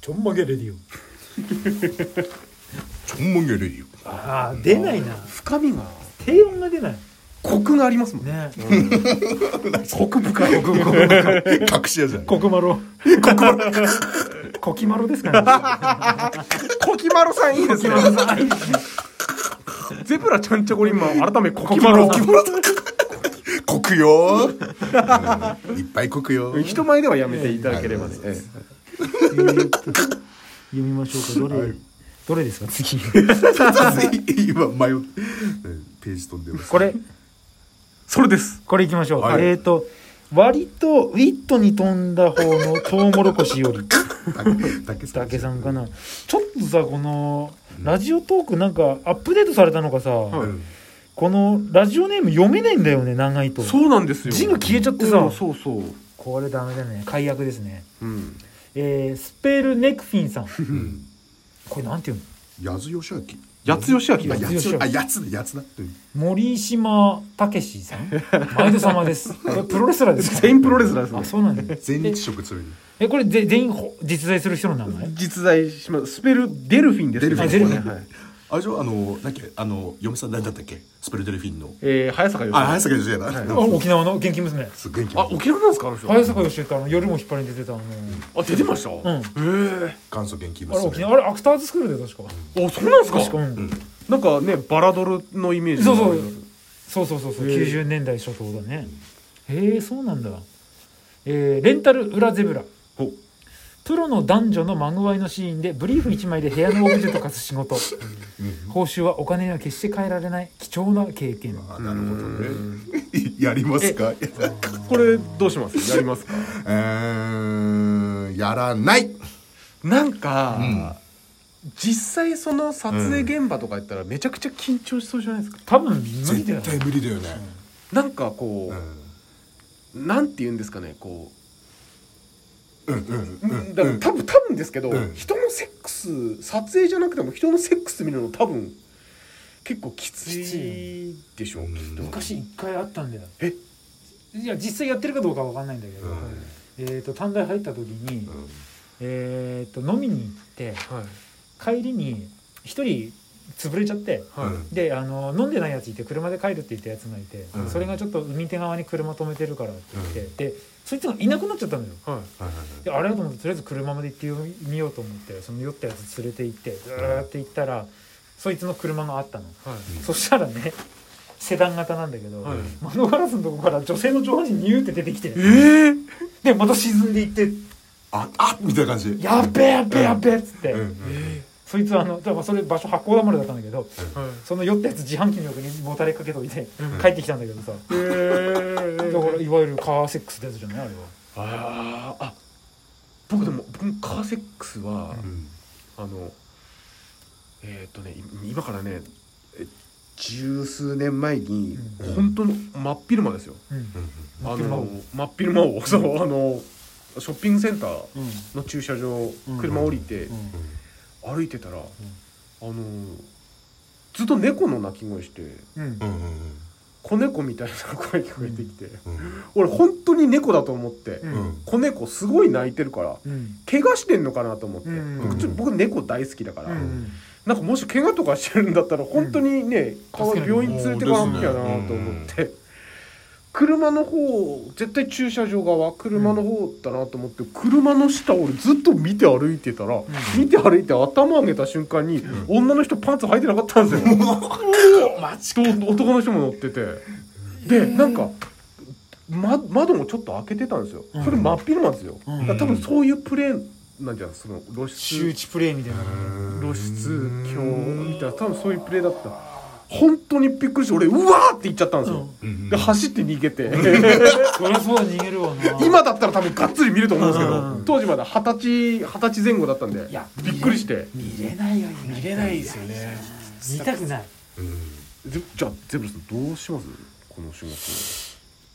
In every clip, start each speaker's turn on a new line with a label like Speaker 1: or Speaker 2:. Speaker 1: ちょんまげレディオ
Speaker 2: ちょんまげレディ
Speaker 1: ああ出ないな
Speaker 3: 深みが
Speaker 1: 低音が出ない
Speaker 3: コクがありますもんね
Speaker 1: ね
Speaker 3: コク深いコク深い
Speaker 2: オ。隠し味だね。
Speaker 1: コクマロコキマロですからね
Speaker 3: コキマロさんいいですねゼブラちゃんちょこりんまん改めコキマロ
Speaker 2: コキマロコクよ。うんいっぱいコクよ。
Speaker 3: 人前ではやめていただければね、え
Speaker 1: 読みましょうかどれどれですか次
Speaker 2: 今迷っうんページ飛んでます。
Speaker 1: これ
Speaker 3: えそれです
Speaker 1: これいきましょう、
Speaker 2: はい
Speaker 1: えっ、ー、と割とウィットに飛んだ方のトウモロコシより
Speaker 2: 竹さん。
Speaker 1: 竹さんかなちょっとさこのラジオトークなんかアップデートされたのかさ、
Speaker 3: はい
Speaker 2: うん
Speaker 1: このラジオネーム読めないんだよね長いと
Speaker 3: そうなんですよ
Speaker 1: 字が消えちゃってさ
Speaker 3: うんそうそう
Speaker 1: これダメだね解約ですね
Speaker 3: うん
Speaker 1: えー、スペルネクフィンさん
Speaker 2: うん。
Speaker 1: これなんていうの
Speaker 2: 八津義明。
Speaker 3: 八つ吉明
Speaker 2: あ、
Speaker 3: だ
Speaker 2: 八つ。あ、八つだ、八つだ。うん
Speaker 1: 森島武史 さん毎度様ですこれプロレスラーですか
Speaker 3: 全員プロレスラーですね
Speaker 1: あそうなんだ
Speaker 2: 全日食つるに。
Speaker 1: えこれぜ全員ほ実在する人の名前
Speaker 3: 実在しますスペルデルフィンです
Speaker 2: デル
Speaker 3: ね
Speaker 2: フィン
Speaker 3: あデルフ
Speaker 2: デルフィ
Speaker 3: ィ
Speaker 2: ン
Speaker 3: ンはい
Speaker 2: あ、じゃあ、あの、なんだっけ、あの、嫁さん、なんだったっけ、スペルデルフィンの。
Speaker 3: えー早坂よし
Speaker 2: あ、早坂女子やな。
Speaker 1: あ沖縄の元気娘
Speaker 2: す元気。
Speaker 3: あ沖縄なんですかあの人
Speaker 1: 早坂義恵ってあの夜も引っ張りに出てたあの
Speaker 3: あ出てました
Speaker 1: ん
Speaker 3: え
Speaker 2: 元祖元気
Speaker 1: あれ沖
Speaker 2: 娘。
Speaker 1: 縄あれアクターズスクールで確か
Speaker 3: えあそうなんです
Speaker 1: 確
Speaker 3: か
Speaker 1: かうん
Speaker 3: なんかねバラドルのイメージ
Speaker 1: そうそうそうそうそうそう
Speaker 3: へー
Speaker 1: 90年代初頭だねへえそうなんだえーレンタル裏ゼブラ
Speaker 3: ほ
Speaker 1: プロの男女のまぐわいのシーンでブリーフ1枚で部屋のオブジェと化す仕事報酬はお金には決して変えられない貴重な経験
Speaker 2: あ、なるほどね。 やりますか。え
Speaker 3: これどうしますやりますか
Speaker 2: ーん、やらない。
Speaker 3: なんか、実際その撮影現場とかやったらめちゃくちゃ緊張しそうじゃないですか、
Speaker 1: 多分無理だよ
Speaker 2: 絶対無理だよね。
Speaker 3: なんかこ
Speaker 2: う
Speaker 3: う、
Speaker 2: ん。
Speaker 3: なんて言うんですかねこ
Speaker 2: うん、うん、
Speaker 3: う、
Speaker 2: うん。
Speaker 3: だから多分多分ですけど、
Speaker 2: うん
Speaker 3: 人のセックス撮影じゃなくても人のセックス見るの多分結構きついでしょう
Speaker 2: きつい
Speaker 3: きっと
Speaker 1: 昔一回あったんだよ
Speaker 3: え
Speaker 1: いや実際やってるかどうかわかんないんだけど、
Speaker 2: うん
Speaker 1: えっ、と短大入った時に、
Speaker 2: うん
Speaker 1: えっ、と飲みに行って
Speaker 3: はい
Speaker 1: 帰りに一人潰れちゃって
Speaker 3: はい、
Speaker 2: うん
Speaker 1: であの飲んでないやついて車で帰るって言ったやつがいて、
Speaker 2: うん
Speaker 1: それがちょっと海手側に車止めてるからって言って、でそいつがいなくなっちゃったのよ
Speaker 3: はい
Speaker 2: はいはい
Speaker 1: であれだと思ってとりあえず車まで行ってみようと思ってその酔ったやつ連れて行ってずーって行ったらそいつの車があったの、
Speaker 3: はい
Speaker 1: そしたらねセダン型なんだけど、
Speaker 3: はい
Speaker 1: 窓ガラスのとこから女性の上半身ニューって出てきて
Speaker 3: えー、
Speaker 1: でまた沈んでいって
Speaker 2: あ、あ、みたいな感じ。
Speaker 1: 「やっべえやっべえやっべえ」っつって、
Speaker 2: うんうん
Speaker 1: そいつはあのだからそれ場所八甲田丸だったんだけど
Speaker 3: はい
Speaker 1: その酔ったやつ自販機の横にもたれかけといて
Speaker 3: うん
Speaker 1: 帰ってきたんだけどさ、
Speaker 3: えー、
Speaker 1: だからいわゆるカーセックスってやつじゃないあれは
Speaker 3: あーあ僕でも僕もカーセックスは、
Speaker 2: うん
Speaker 3: あのえーっとねい今からねえ十数年前に、
Speaker 2: うん
Speaker 3: 本当の真っ昼間ですよ、
Speaker 1: うん
Speaker 2: うん
Speaker 1: 真
Speaker 3: あ
Speaker 1: っ昼間
Speaker 3: の
Speaker 1: を
Speaker 3: 真っ昼間を、そうあのショッピングセンター
Speaker 1: うん
Speaker 3: の駐車場、
Speaker 1: うん
Speaker 3: 車降りて、
Speaker 1: うん
Speaker 3: 歩いてたら、あのずっと猫の鳴き声して
Speaker 1: うん
Speaker 2: うんうんうん
Speaker 3: 子猫みたいな声聞こえてきて、
Speaker 2: うん
Speaker 3: 俺本当に猫だと思って、
Speaker 1: うん
Speaker 2: うん
Speaker 3: 子猫すごい泣いてるから
Speaker 1: うん
Speaker 3: 怪我してんのかなと思って、
Speaker 1: うん
Speaker 3: 僕ちょっと僕猫大好きだから、
Speaker 1: うん
Speaker 3: なんかもし怪我とかしてるんだったら本当にね、かわいい病院連れてかなきゃなと思って、車の方絶対駐車場側車の方だなと思って車の下俺ずっと見て歩いてたら、見て歩いて頭上げた瞬間に、女の人パンツ履いてなかったんですよ。マジ男の人も乗っててでなんか、ま、窓もちょっと開けてたんですよそれ真っ昼間ですよ、
Speaker 1: うん
Speaker 3: だから多分そういうプレーなんじゃないその露
Speaker 1: 周
Speaker 3: 出
Speaker 1: 知プレイみたいな
Speaker 3: 露出鏡みたいな多分そういうプレーだった本当にびっくりして俺うわーって言っちゃったんですよ、で走って逃げて
Speaker 1: そりゃそうだ逃げるわな
Speaker 3: 今だったら多分がっつり見ると思うんですけ
Speaker 1: う
Speaker 3: ど
Speaker 1: ん
Speaker 3: 当時まだ二十歳二十歳前後だったんで
Speaker 1: いや
Speaker 3: びっくりして
Speaker 1: 見れないよ見れないですよ
Speaker 3: ね
Speaker 1: 見たくない
Speaker 3: ぜじゃあゼブラさんどうしますこの仕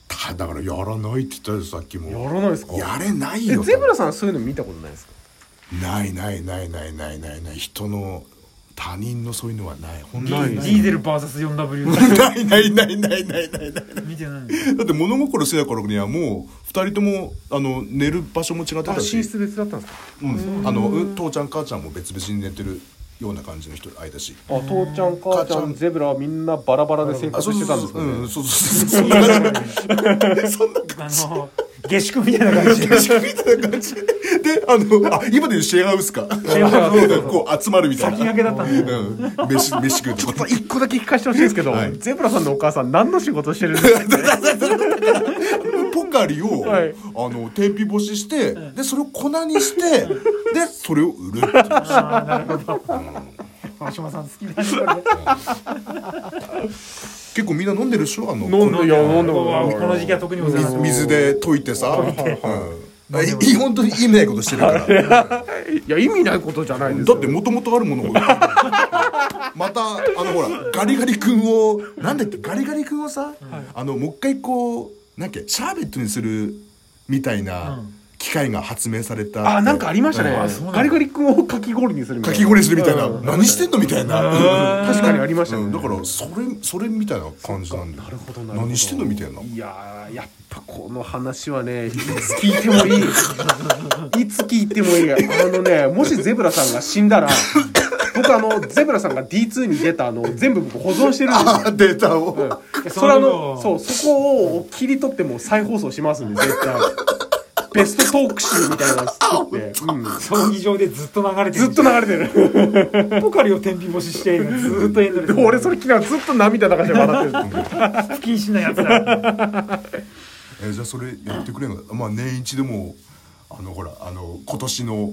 Speaker 3: 事
Speaker 2: ただからやらないって言ったよさっきも
Speaker 3: やらないですか
Speaker 2: やれない
Speaker 3: え
Speaker 2: よ
Speaker 3: ゼブラさんそういうの見たことないですか
Speaker 2: ないないないないないないない人の他人のそういうのはない本
Speaker 1: デ
Speaker 2: 当に
Speaker 1: ィ
Speaker 2: な
Speaker 1: デ
Speaker 2: い
Speaker 1: ィーゼル VSW
Speaker 2: ないないないないないないない
Speaker 1: 見てない
Speaker 2: だって物心せやからにはもう二人ともあの寝る場所も違って
Speaker 3: あ
Speaker 2: た
Speaker 3: 寝
Speaker 2: し、
Speaker 3: 室別だったんですか
Speaker 2: うん、あのう父ちゃん母ちゃんも別々に寝てるような感じの人間し
Speaker 3: あ父ちゃん母ち
Speaker 2: 母ち
Speaker 3: ゃ
Speaker 2: ゃん
Speaker 3: んゼブラはみんなバラバラで生
Speaker 2: あそ
Speaker 3: 活
Speaker 2: う
Speaker 3: し
Speaker 2: そう
Speaker 3: てた
Speaker 2: そ
Speaker 3: ん
Speaker 2: う
Speaker 3: です
Speaker 2: そ
Speaker 3: も
Speaker 2: うんん
Speaker 3: ね
Speaker 2: そうそうそうそんな感じそんな
Speaker 1: あ
Speaker 2: 感じ
Speaker 1: の下宿みたいな感じで
Speaker 2: みたいな感じであのあ今でいうシェアハウスか
Speaker 1: ェアハウス
Speaker 2: こう集まるみたい
Speaker 1: 先
Speaker 2: な
Speaker 1: 駆けだったんだよ
Speaker 2: うん飯飯食うとか
Speaker 3: 一個だけ聞かせてほしいんですけど、
Speaker 2: はい
Speaker 3: ゼブラさんのお母さん何の仕事してるんです か
Speaker 2: ポカリを、
Speaker 3: はい
Speaker 2: あの天日干しして、でそれを粉にして、でそれを売るっていう
Speaker 1: あーなるほど川島さん好きだねこ
Speaker 2: 結構みんな飲んでるでしょあの
Speaker 3: 飲ん でいや飲ん
Speaker 1: れ
Speaker 3: でも
Speaker 1: この時期は特にお世話になる
Speaker 2: 水水で溶いてさ、うん、いい本当に意味ないことしてるからだ
Speaker 3: いや意味ないことじゃないですよ
Speaker 2: ってもともとあるものを またあのほらガリガリ君をなんだっけガリガリ君をさ、あのもう一回こうなんだっけシャーベットにするみたいな機械が発明された、
Speaker 3: あなんかありましたね、
Speaker 1: あそうなんだ
Speaker 3: ガリガリ君をかき氷にするみたい
Speaker 2: かき
Speaker 3: な
Speaker 2: 氷するみたいな、
Speaker 3: うん
Speaker 2: 何してんのみたいな、
Speaker 3: 確かにありましたね、
Speaker 2: うんだからそれそれみたいな感じなんだよ
Speaker 3: なるほどなるほど
Speaker 2: 何してんのみたいない
Speaker 3: やーやっぱこの話はねいつ聞いても いいいつ聞いてもいいあのねもしゼブラさんが死んだら僕あのゼブラさんが D2 に出たあの全部僕保存してるんですよ
Speaker 2: あデータを、
Speaker 3: うんそれ
Speaker 1: そう
Speaker 3: あ
Speaker 1: いう
Speaker 3: の
Speaker 1: の
Speaker 3: そうそこを切り取ってもう再放送しますんで絶対ベストトーク集みたいなの作って、うん、
Speaker 1: 葬儀場でずっと流れてる
Speaker 3: ずっと流れてる
Speaker 1: ポカリを天日干ししてずーっとエンドレス
Speaker 3: 俺それ昨日ずっと涙流して笑って
Speaker 1: 不
Speaker 3: る
Speaker 1: 謹慎なやつ だ
Speaker 2: えーじゃあそれやってくれんのまあ年一でもあのほらあの今年の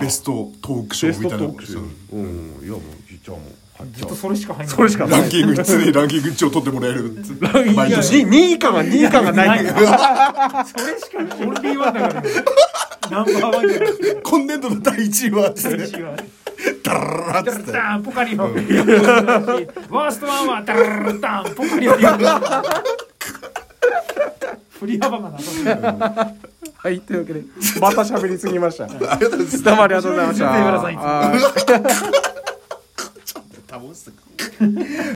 Speaker 2: ベストトークショ
Speaker 3: ベ
Speaker 2: ー
Speaker 3: ス
Speaker 2: み
Speaker 3: ト
Speaker 2: た
Speaker 3: ト
Speaker 2: いな
Speaker 3: ーク集
Speaker 2: うん
Speaker 3: うんいやもうじゃあもうはい
Speaker 1: ずっとそれしか入んない
Speaker 3: それしか
Speaker 2: ラ
Speaker 3: な
Speaker 2: ン
Speaker 3: い
Speaker 2: キング常にランキング一応取ってもらえる毎年
Speaker 3: 2位以下が2位以下がない んだよ
Speaker 1: それしかオンリーワンだか らねナンバーワンだから
Speaker 2: 今年度の第1位はつって
Speaker 1: 一位は
Speaker 2: ダララ
Speaker 1: ダ
Speaker 2: っつ
Speaker 1: ル
Speaker 2: って
Speaker 1: ダンポカリオワーストワンはダルダンポカリオ 振り幅がなさすぎる
Speaker 3: はいというわけでまた喋りすぎましたどう も
Speaker 2: ありがとうございます
Speaker 3: ありがとうございました
Speaker 1: 面白いですね井村さんいつも
Speaker 3: はい
Speaker 2: 倒す